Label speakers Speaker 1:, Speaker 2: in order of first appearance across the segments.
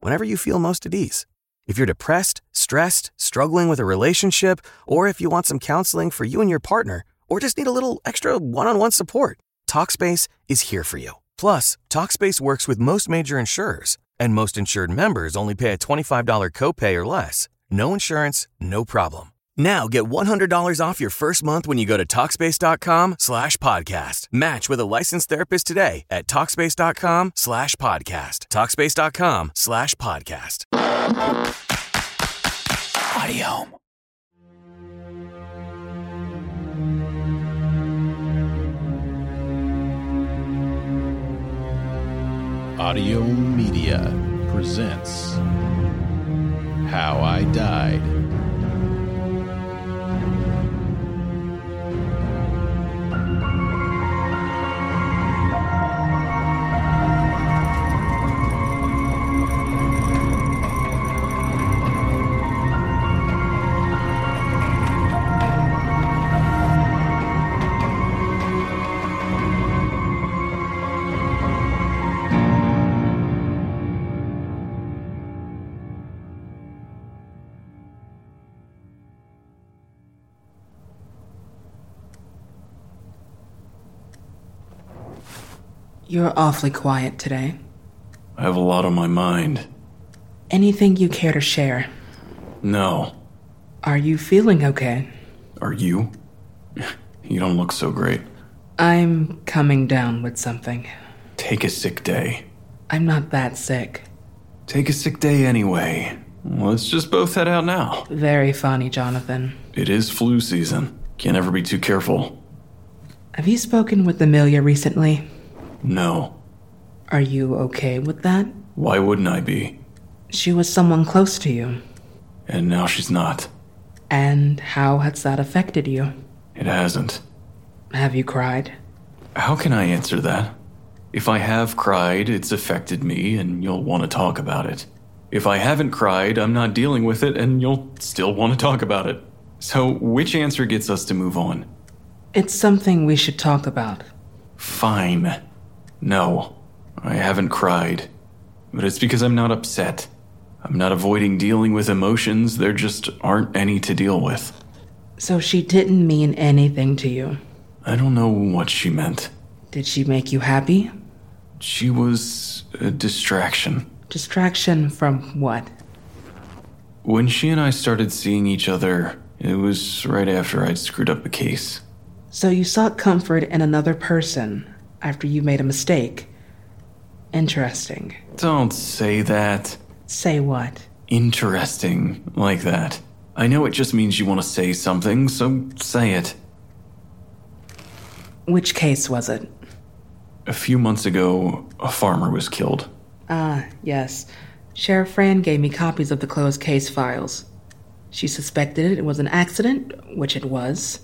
Speaker 1: whenever you feel most at ease. If you're depressed, stressed, struggling with a relationship, or if you want some counseling for you and your partner, or just need a little extra one on one support, Talkspace is here for you. Plus, Talkspace works with most major insurers, and most insured members only pay a $25 copay or less. No insurance, no problem. Now get $100 off your first month when you go to Talkspace.com slash podcast. Match with a licensed therapist today at Talkspace.com slash podcast. Talkspace.com slash podcast. Audio.
Speaker 2: Audio Media presents How I Died.
Speaker 3: You're awfully quiet today.
Speaker 4: I have a lot on my mind.
Speaker 3: Anything you care to share?
Speaker 4: No.
Speaker 3: Are you feeling okay?
Speaker 4: Are you? You don't look so great.
Speaker 3: I'm coming down with something.
Speaker 4: Take a sick day.
Speaker 3: I'm not that sick.
Speaker 4: Take a sick day anyway. Let's just both head out now.
Speaker 3: Very funny, Jonathan.
Speaker 4: It is flu season. Can't ever be too careful.
Speaker 3: Have you spoken with Amelia recently?
Speaker 4: No.
Speaker 3: Are you okay with that?
Speaker 4: Why wouldn't I be?
Speaker 3: She was someone close to you.
Speaker 4: And now she's not.
Speaker 3: And how has that affected you?
Speaker 4: It hasn't.
Speaker 3: Have you cried?
Speaker 4: How can I answer that? If I have cried, it's affected me, and you'll want to talk about it. If I haven't cried, I'm not dealing with it, and you'll still want to talk about it. So, which answer gets us to move on?
Speaker 3: It's something we should talk about.
Speaker 4: Fine. No, I haven't cried. But it's because I'm not upset. I'm not avoiding dealing with emotions, there just aren't any to deal with.
Speaker 3: So she didn't mean anything to you.
Speaker 4: I don't know what she meant.
Speaker 3: Did she make you happy?
Speaker 4: She was a distraction.
Speaker 3: Distraction from what?
Speaker 4: When she and I started seeing each other, it was right after I'd screwed up a case.
Speaker 3: So you sought comfort in another person after you made a mistake. Interesting.
Speaker 4: Don't say that.
Speaker 3: Say what?
Speaker 4: Interesting, like that. I know it just means you want to say something, so say it.
Speaker 3: Which case was it?
Speaker 4: A few months ago, a farmer was killed.
Speaker 3: Ah, yes. Sheriff Fran gave me copies of the closed case files. She suspected it was an accident, which it was.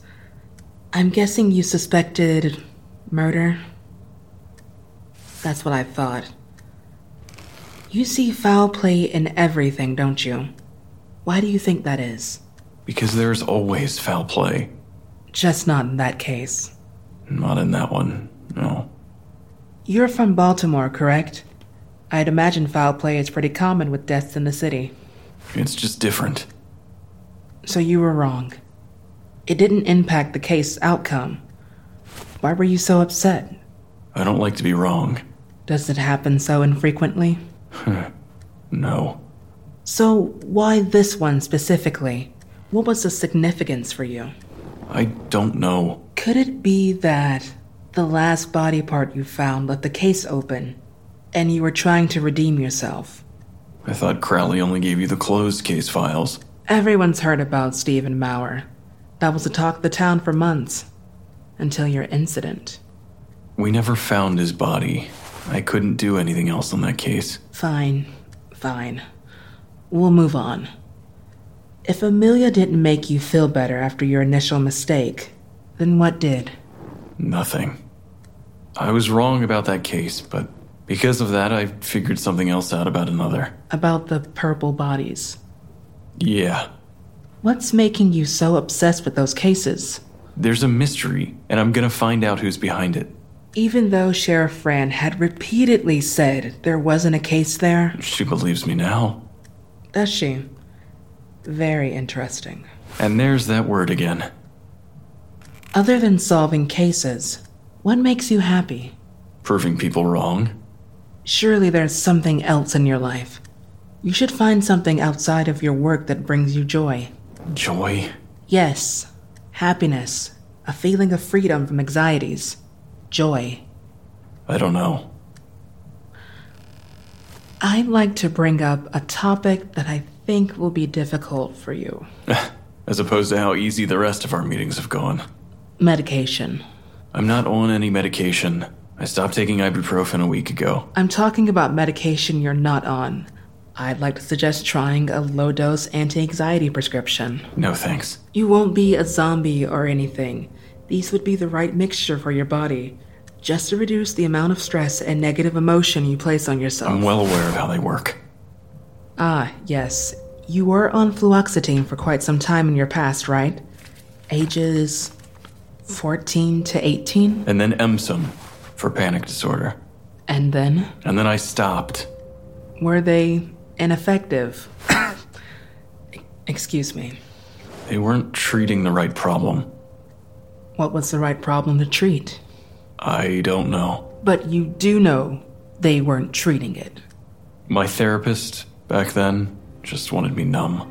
Speaker 3: I'm guessing you suspected murder? That's what I thought. You see foul play in everything, don't you? Why do you think that is?
Speaker 4: Because there's always foul play.
Speaker 3: Just not in that case.
Speaker 4: Not in that one, no.
Speaker 3: You're from Baltimore, correct? I'd imagine foul play is pretty common with deaths in the city.
Speaker 4: It's just different.
Speaker 3: So you were wrong. It didn't impact the case outcome. Why were you so upset?
Speaker 4: I don't like to be wrong.
Speaker 3: Does it happen so infrequently?
Speaker 4: No.
Speaker 3: So, why this one specifically? What was the significance for you?
Speaker 4: I don't know.
Speaker 3: Could it be that the last body part you found left the case open and you were trying to redeem yourself?
Speaker 4: I thought Crowley only gave you the closed case files.
Speaker 3: Everyone's heard about Stephen Maurer. That was the talk of the town for months until your incident.
Speaker 4: We never found his body. I couldn't do anything else on that case.
Speaker 3: Fine, fine. We'll move on. If Amelia didn't make you feel better after your initial mistake, then what did?
Speaker 4: Nothing. I was wrong about that case, but because of that, I figured something else out about another.
Speaker 3: About the purple bodies.
Speaker 4: Yeah,
Speaker 3: What's making you so obsessed with those cases?
Speaker 4: there's a mystery, and I'm gonna find out who's behind it.
Speaker 3: Even though Sheriff Fran had repeatedly said there wasn't a case there,
Speaker 4: She believes me now.
Speaker 3: does she? Very interesting.
Speaker 4: And there's that word again.
Speaker 3: Other than solving cases, what makes you happy?
Speaker 4: Proving people wrong.
Speaker 3: Surely there's something else in your life. You should find something outside of your work that brings you joy.
Speaker 4: Joy.
Speaker 3: Yes, happiness, a feeling of freedom from anxieties, joy.
Speaker 4: I don't know.
Speaker 3: I'd like to bring up a topic that I think will be difficult for you
Speaker 4: As opposed to how easy the rest of our meetings have gone.
Speaker 3: medication.
Speaker 4: I'm not on any medication. I stopped taking ibuprofen a week ago.
Speaker 3: I'm talking about medication you're not on. I'd like to suggest trying a low dose anti anxiety prescription.
Speaker 4: No thanks.
Speaker 3: You won't be a zombie or anything. These would be the right mixture for your body, just to reduce the amount of stress and negative emotion you place on yourself.
Speaker 4: I'm well aware of how they work.
Speaker 3: Ah, yes. You were on fluoxetine for quite some time in your past, right? Ages 14 to 18?
Speaker 4: And then Emsum for panic disorder.
Speaker 3: And then?
Speaker 4: And then I stopped.
Speaker 3: Were they ineffective? Excuse me.
Speaker 4: They weren't treating the right problem.
Speaker 3: What was the right problem to treat?
Speaker 4: I don't know.
Speaker 3: But you do know they weren't treating it.
Speaker 4: My therapist back then just wanted me numb.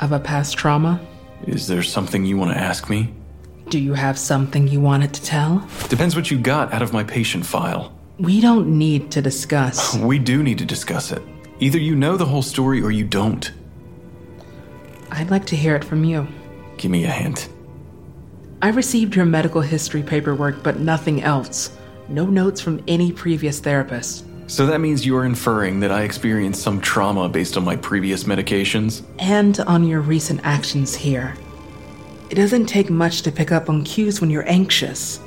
Speaker 3: Of a past trauma?
Speaker 4: Is there something you want to ask me?
Speaker 3: Do you have something you wanted to tell?
Speaker 4: Depends what you got out of my patient file.
Speaker 3: We don't need to discuss.
Speaker 4: We do need to discuss it. Either you know the whole story or you don't.
Speaker 3: I'd like to hear it from you.
Speaker 4: Give me a hint.
Speaker 3: I received your medical history paperwork, but nothing else. No notes from any previous therapist.
Speaker 4: So that means you're inferring that I experienced some trauma based on my previous medications?
Speaker 3: And on your recent actions here. It doesn't take much to pick up on cues when you're anxious.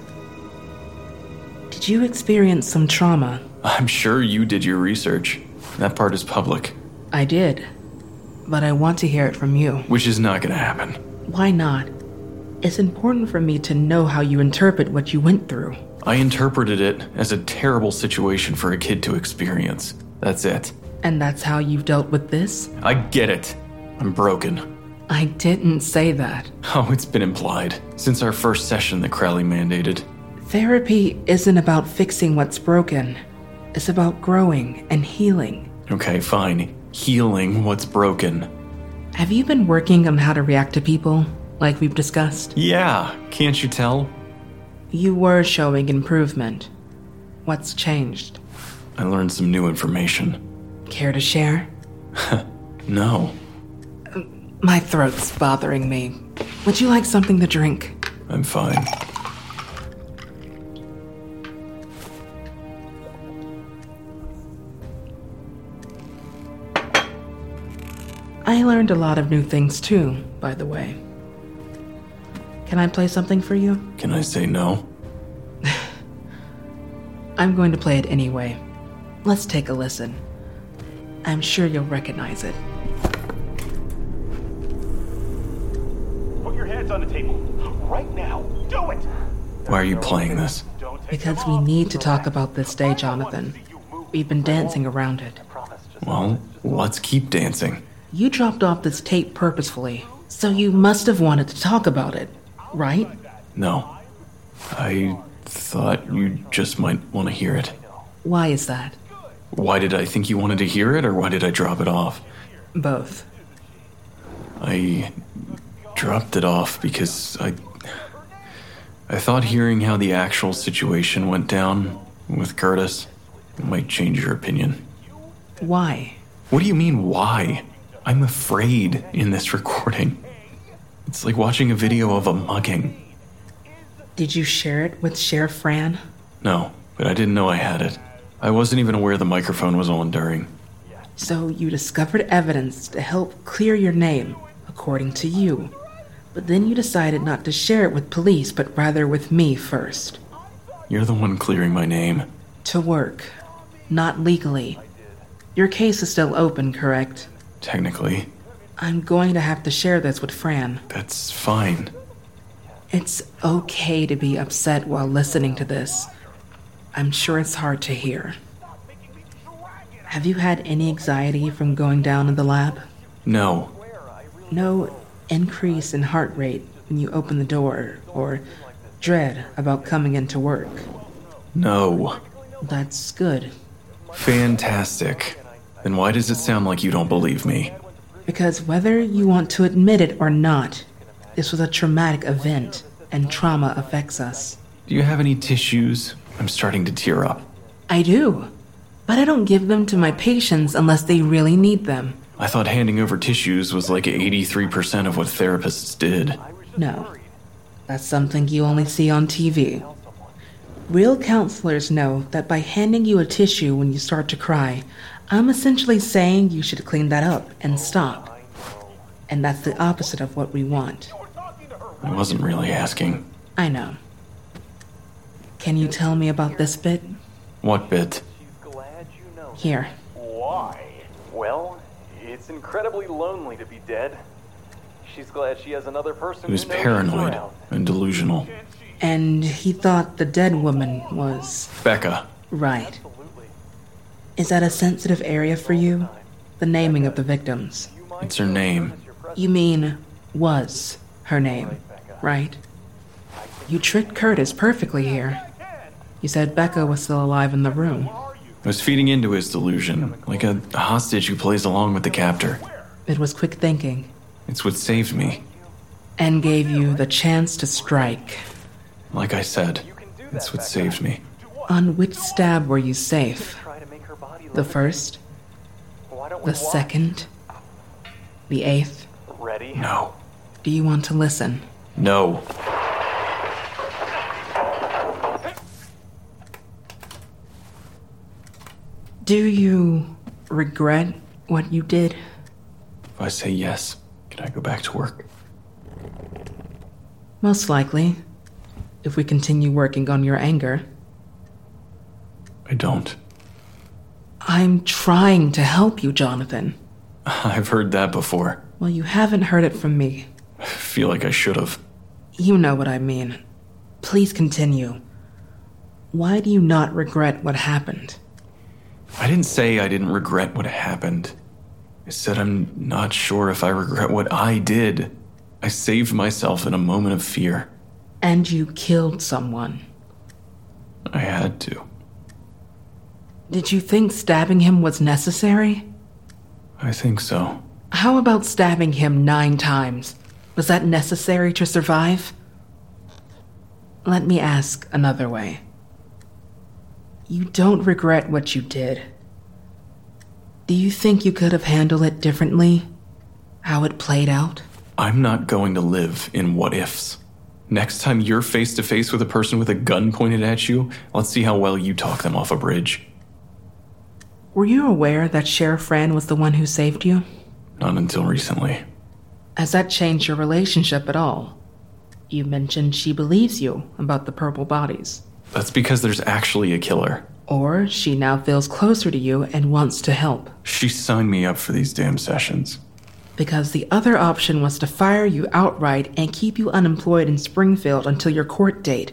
Speaker 3: Did you experience some trauma?
Speaker 4: I'm sure you did your research. That part is public,
Speaker 3: I did. But I want to hear it from you.
Speaker 4: which is not gonna happen.
Speaker 3: Why not? It's important for me to know how you interpret what you went through.
Speaker 4: I interpreted it as a terrible situation for a kid to experience. That's it.
Speaker 3: And that's how you've dealt with this?
Speaker 4: I get it. I'm broken.
Speaker 3: I didn't say that.
Speaker 4: Oh, it's been implied since our first session that Crowley mandated.
Speaker 3: Therapy isn't about fixing what's broken, it's about growing and healing.
Speaker 4: Okay, fine. Healing what's broken.
Speaker 3: Have you been working on how to react to people, like we've discussed?
Speaker 4: Yeah, can't you tell?
Speaker 3: You were showing improvement. What's changed?
Speaker 4: I learned some new information.
Speaker 3: Care to share?
Speaker 4: No,
Speaker 3: My throat's bothering me. Would you like something to drink?
Speaker 4: I'm fine.
Speaker 3: learned a lot of new things too, by the way. Can I play something for you?
Speaker 4: Can I say no?
Speaker 3: I'm going to play it anyway. Let's take a listen. I'm sure you'll recognize it.
Speaker 5: Put your hands on the table. Right now. Do it.
Speaker 4: Why are you playing this?
Speaker 5: Don't take them
Speaker 3: Because we
Speaker 5: off.
Speaker 3: need to talk
Speaker 5: Relax.
Speaker 3: about this
Speaker 5: I
Speaker 3: day,
Speaker 5: don't want
Speaker 3: Jonathan.
Speaker 5: to see you move.
Speaker 3: We've been dancing around it.
Speaker 5: Promise, just-
Speaker 4: Well, let's keep dancing.
Speaker 3: You dropped off this tape purposefully, so you must have wanted to talk about it, right?
Speaker 4: No. I thought you just might want to hear it.
Speaker 3: Why is that?
Speaker 4: Why did I think you wanted to hear it, or why did I drop it off?
Speaker 3: Both.
Speaker 4: I dropped it off because I. I thought hearing how the actual situation went down with Curtis might change your opinion.
Speaker 3: Why?
Speaker 4: What do you mean, why? I'm afraid in this recording. It's like watching a video of a mugging.
Speaker 3: Did you share it with Sheriff Fran?
Speaker 4: No, but I didn't know I had it. I wasn't even aware the microphone was on during.
Speaker 3: So you discovered evidence to help clear your name, according to you. But then you decided not to share it with police, but rather with me first.
Speaker 4: You're the one clearing my name.
Speaker 3: To work. Not legally. Your case is still open, correct?
Speaker 4: Technically,
Speaker 3: I'm going to have to share this with Fran.
Speaker 4: that's fine.
Speaker 3: It's okay to be upset while listening to this. I'm sure it's hard to hear. Have you had any anxiety from going down in the lab?
Speaker 4: No,
Speaker 3: No increase in heart rate when you open the door, or dread about coming into work.
Speaker 4: no.
Speaker 3: That's good,
Speaker 4: Fantastic. Then why does it sound like you don't believe me?
Speaker 3: because whether you want to admit it or not, this was a traumatic event, and trauma affects us.
Speaker 4: Do you have any tissues? I'm starting to tear up.
Speaker 3: I do, but I don't give them to my patients unless they really need them.
Speaker 4: I thought handing over tissues was like 83% of what therapists did.
Speaker 3: No. That's something you only see on TV. Real counselors know that by handing you a tissue when you start to cry, I'm essentially saying you should clean that up and stop. And that's the opposite of what we want.
Speaker 4: I wasn't really asking.
Speaker 3: I know. Can you tell me about this bit?
Speaker 4: What bit?
Speaker 5: Glad you know.
Speaker 3: Here.
Speaker 5: Why? Well, it's incredibly lonely to be dead. She's glad she has another person
Speaker 4: He was
Speaker 5: who knows she's
Speaker 4: paranoid
Speaker 5: around.
Speaker 4: and delusional.
Speaker 3: And he thought the dead woman was
Speaker 4: Becca,
Speaker 3: right. Is that a sensitive area for you? The naming of the victims.
Speaker 4: it's her name.
Speaker 3: You mean was her name, right? You tricked Curtis perfectly here. You said Becca was still alive in the room.
Speaker 4: I was feeding into his delusion, like a hostage who plays along with the captor.
Speaker 3: It was quick thinking
Speaker 4: It's what saved me.
Speaker 3: and gave you the chance to strike.
Speaker 4: Like I said, it's what saved me.
Speaker 3: On which stab were you safe?
Speaker 5: Try to make her body
Speaker 3: The first,
Speaker 5: Why don't we
Speaker 3: the
Speaker 5: walk?
Speaker 3: second, the eighth?
Speaker 5: Ready?
Speaker 4: No.
Speaker 3: Do you want to listen?
Speaker 4: No.
Speaker 3: Do you regret what you did?
Speaker 4: If I say yes, can I go back to work?
Speaker 3: Most likely, if we continue working on your anger.
Speaker 4: I don't.
Speaker 3: I'm trying to help you, Jonathan.
Speaker 4: I've heard that before.
Speaker 3: Well, you haven't heard it from me.
Speaker 4: I feel like I should have.
Speaker 3: You know what I mean. Please continue. Why do you not regret what happened?
Speaker 4: I didn't say I didn't regret what happened. I said I'm not sure if I regret what I did. I saved myself in a moment of fear.
Speaker 3: And you killed someone.
Speaker 4: I had to.
Speaker 3: Did you think stabbing him was necessary?
Speaker 4: I think so.
Speaker 3: How about stabbing him nine times? Was that necessary to survive? Let me ask another way. You don't regret what you did. Do you think you could have handled it differently? How it played out?
Speaker 4: I'm not going to live in what ifs. Next time you're face to face with a person with a gun pointed at you, let's see how well you talk them off a bridge.
Speaker 3: Were you aware that Sheriff Fran was the one who saved you?
Speaker 4: Not until recently.
Speaker 3: Has that changed your relationship at all? You mentioned she believes you about the purple bodies.
Speaker 4: That's because there's actually a killer.
Speaker 3: Or she now feels closer to you and wants to help.
Speaker 4: She signed me up for these damn sessions.
Speaker 3: Because the other option was to fire you outright and keep you unemployed in Springfield until your court date.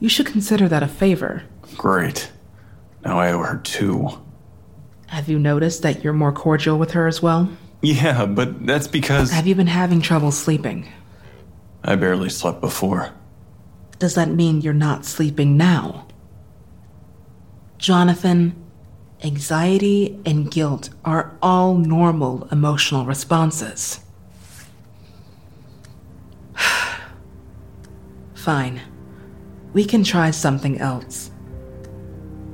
Speaker 3: You should consider that a favor.
Speaker 4: Great. Now I owe her two.
Speaker 3: Have you noticed that you're more cordial with her as well?
Speaker 4: Yeah, but that's because
Speaker 3: Have you been having trouble sleeping?
Speaker 4: I barely slept before.
Speaker 3: Does that mean you're not sleeping now? Jonathan, anxiety and guilt are all normal emotional responses. Fine. We can try something else.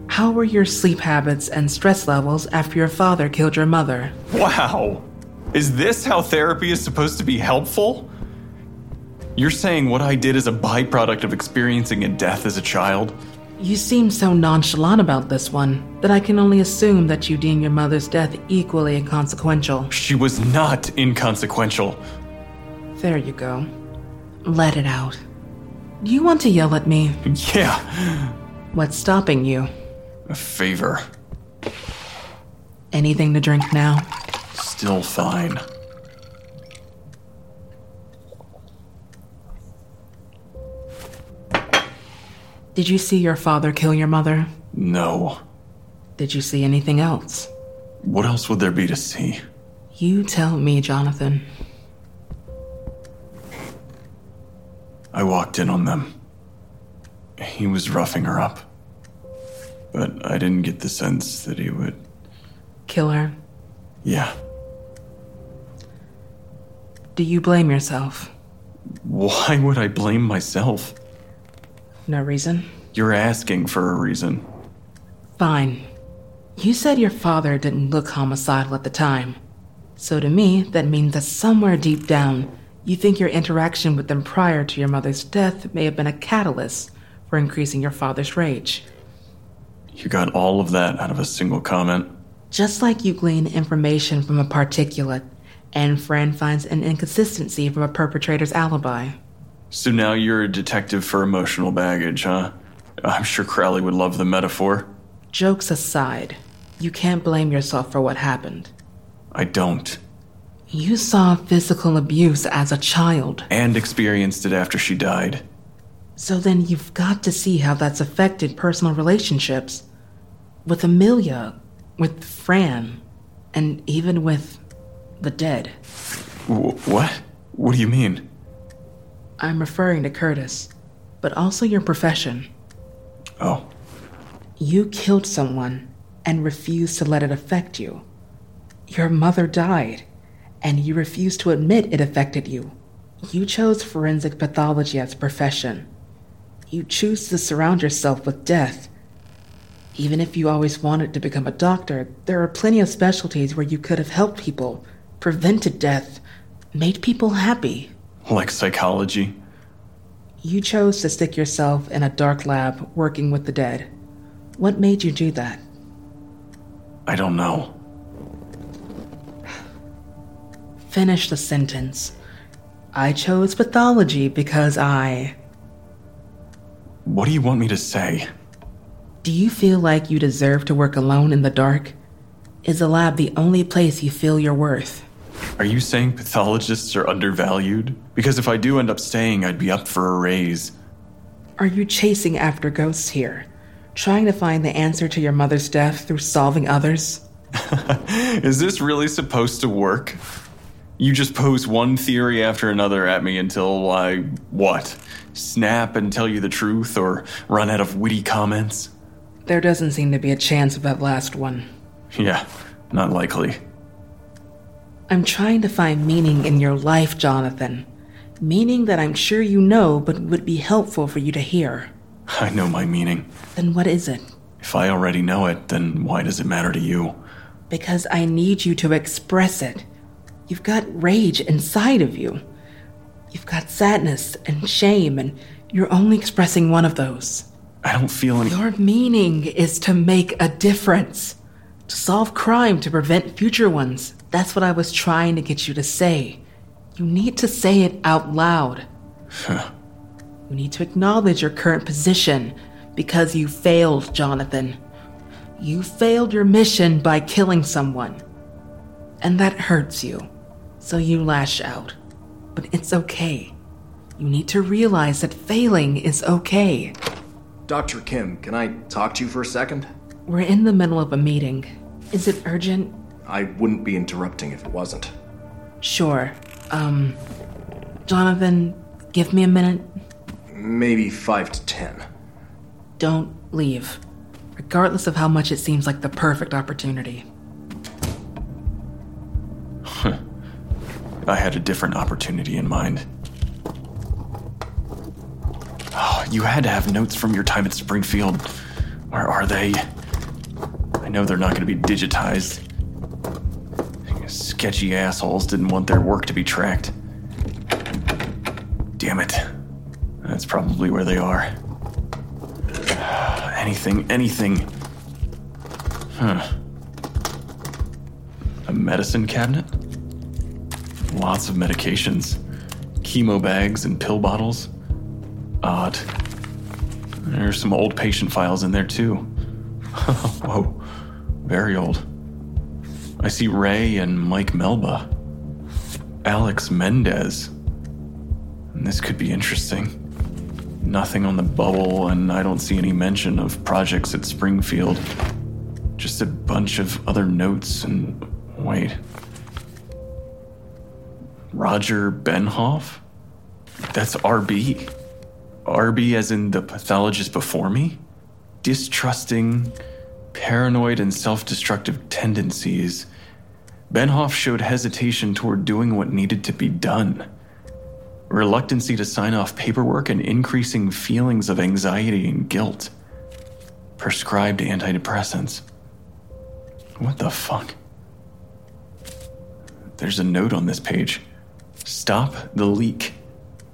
Speaker 3: How were your sleep habits and stress levels after your father killed your mother?
Speaker 4: Wow! Is this how therapy is supposed to be helpful? You're saying what I did is a byproduct of experiencing a death as a child?
Speaker 3: You seem so nonchalant about this one that I can only assume that you deem your mother's death equally inconsequential.
Speaker 4: She was not inconsequential.
Speaker 3: There you go. Let it out. Do you want to yell at me?
Speaker 4: Yeah,
Speaker 3: What's stopping you?
Speaker 4: a favor.
Speaker 3: Anything to drink now?
Speaker 4: Still fine.
Speaker 3: Did you see your father kill your mother?
Speaker 4: No.
Speaker 3: Did you see anything else?
Speaker 4: What else would there be to see?
Speaker 3: You tell me, Jonathan.
Speaker 4: I walked in on them. He was roughing her up. But I didn't get the sense that he would.
Speaker 3: Killer,
Speaker 4: Yeah.
Speaker 3: do you blame yourself?
Speaker 4: Why would I blame myself?
Speaker 3: No reason?
Speaker 4: You're asking for a reason.
Speaker 3: Fine. You said your father didn't look homicidal at the time. So to me, that means that somewhere deep down, you think your interaction with them prior to your mother's death may have been a catalyst for increasing your father's rage.
Speaker 4: You got all of that out of a single comment.
Speaker 3: Just like you glean information from a particulate, and Fran finds an inconsistency from a perpetrator's alibi.
Speaker 4: So now you're a detective for emotional baggage, huh? I'm sure Crowley would love the metaphor.
Speaker 3: Jokes aside, you can't blame yourself for what happened.
Speaker 4: I don't.
Speaker 3: You saw physical abuse as a child.
Speaker 4: And experienced it after she died.
Speaker 3: So then you've got to see how that's affected personal relationships with Amelia, with Fran, and even with the dead.
Speaker 4: W- what? What do you mean?
Speaker 3: I'm referring to Curtis, but also your profession.
Speaker 4: Oh,
Speaker 3: You killed someone and refused to let it affect you. Your mother died, and you refused to admit it affected you. You chose forensic pathology as a profession. You choose to surround yourself with death. Even if you always wanted to become a doctor, there are plenty of specialties where you could have helped people, prevented death, made people happy.
Speaker 4: like psychology?
Speaker 3: You chose to stick yourself in a dark lab working with the dead. What made you do that?
Speaker 4: I don't know.
Speaker 3: Finish the sentence. I chose pathology because I.
Speaker 4: What do you want me to say?
Speaker 3: Do you feel like you deserve to work alone in the dark? Is a lab the only place you feel your worth?
Speaker 4: Are you saying pathologists are undervalued? Because if I do end up staying, I'd be up for a raise.
Speaker 3: Are you chasing after ghosts here? Trying to find the answer to your mother's death through solving others?
Speaker 4: Is this really supposed to work? You just pose one theory after another at me until I, what? Snap and tell you the truth or run out of witty comments?
Speaker 3: There doesn't seem to be a chance of that last one.
Speaker 4: Yeah, not likely.
Speaker 3: I'm trying to find meaning in your life, Jonathan. Meaning that I'm sure you know, but would be helpful for you to hear.
Speaker 4: I know my meaning.
Speaker 3: Then what is it?
Speaker 4: If I already know it, then why does it matter to you?
Speaker 3: Because I need you to express it. You've got rage inside of you. You've got sadness and shame, and you're only expressing one of those.
Speaker 4: I don't feel any.
Speaker 3: Your meaning is to make a difference, to solve crime, to prevent future ones, That's what I was trying to get you to say. You need to say it out loud. you need to acknowledge your current position because you failed, Jonathan. You failed your mission by killing someone. And that hurts you. So you lash out. But it's okay. You need to realize that failing is okay.
Speaker 6: Dr. Kim, can I talk to you for a second?
Speaker 3: We're in the middle of a meeting. Is it urgent?
Speaker 6: I wouldn't be interrupting if it wasn't.
Speaker 3: Sure. Um, Jonathan, give me a minute.
Speaker 6: Maybe five to ten.
Speaker 3: Don't leave, regardless of how much it seems like the perfect opportunity.
Speaker 4: I had a different opportunity in mind. Oh, you had to have notes from your time at Springfield. Where are they? I know they're not going to be digitized. Sketchy assholes didn't want their work to be tracked. Damn it. That's probably where they are. Anything, anything. Huh. A medicine cabinet? Lots of medications, chemo bags, and pill bottles. Odd. There's some old patient files in there, too. Whoa, very old. I see Ray and Mike Melba, Alex Mendez. And this could be interesting. Nothing on the bubble, and I don't see any mention of projects at Springfield. Just a bunch of other notes and. Wait. Roger Benhoff? That's RB. RB as in the pathologist before me? Distrusting, paranoid, and self destructive tendencies. Benhoff showed hesitation toward doing what needed to be done, reluctancy to sign off paperwork, and increasing feelings of anxiety and guilt. Prescribed antidepressants. What the fuck? There's a note on this page Stop the leak,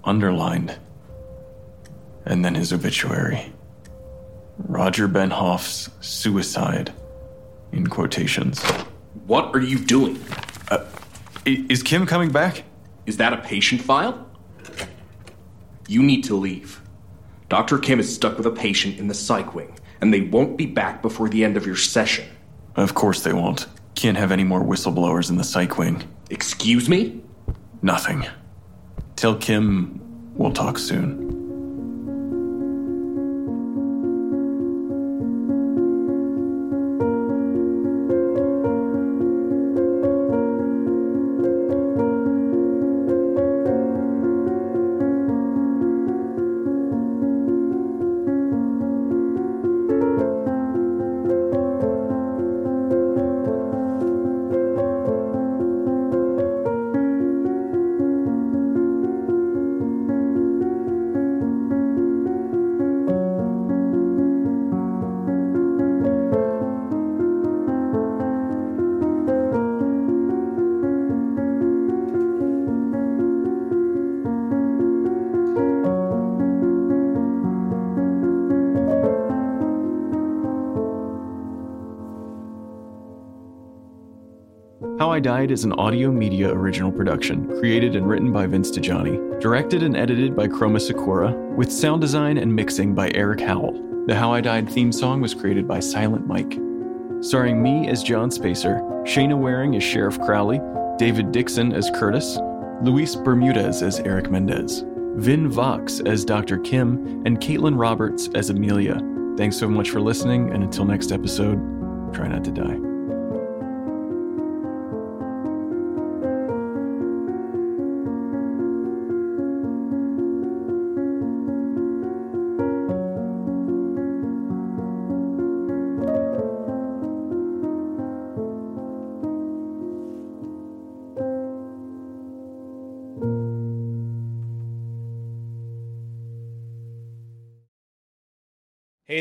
Speaker 4: underlined. And then his obituary Roger Benhoff's suicide, in quotations.
Speaker 7: What are you doing?
Speaker 4: I- is Kim coming back?
Speaker 7: Is that a patient file? You need to leave. Dr. Kim is stuck with a patient in the psych wing, and they won't be back before the end of your session.
Speaker 4: Of course they won't. Can't have any more whistleblowers in the psych wing.
Speaker 7: Excuse me?
Speaker 4: Nothing. Tell Kim we'll talk soon. How I Died is an audio media original production, created and written by Vince DiGianni, directed and edited by Chroma Sakura, with sound design and mixing by Eric Howell. The How I Died theme song was created by Silent Mike. Starring me as John Spacer, Shayna Waring as Sheriff Crowley, David Dixon as Curtis, Luis Bermudez as Eric Mendez, Vin Vox as Dr. Kim, and Caitlin Roberts as Amelia. Thanks so much for listening, and until next episode, try not to die.
Speaker 8: Hey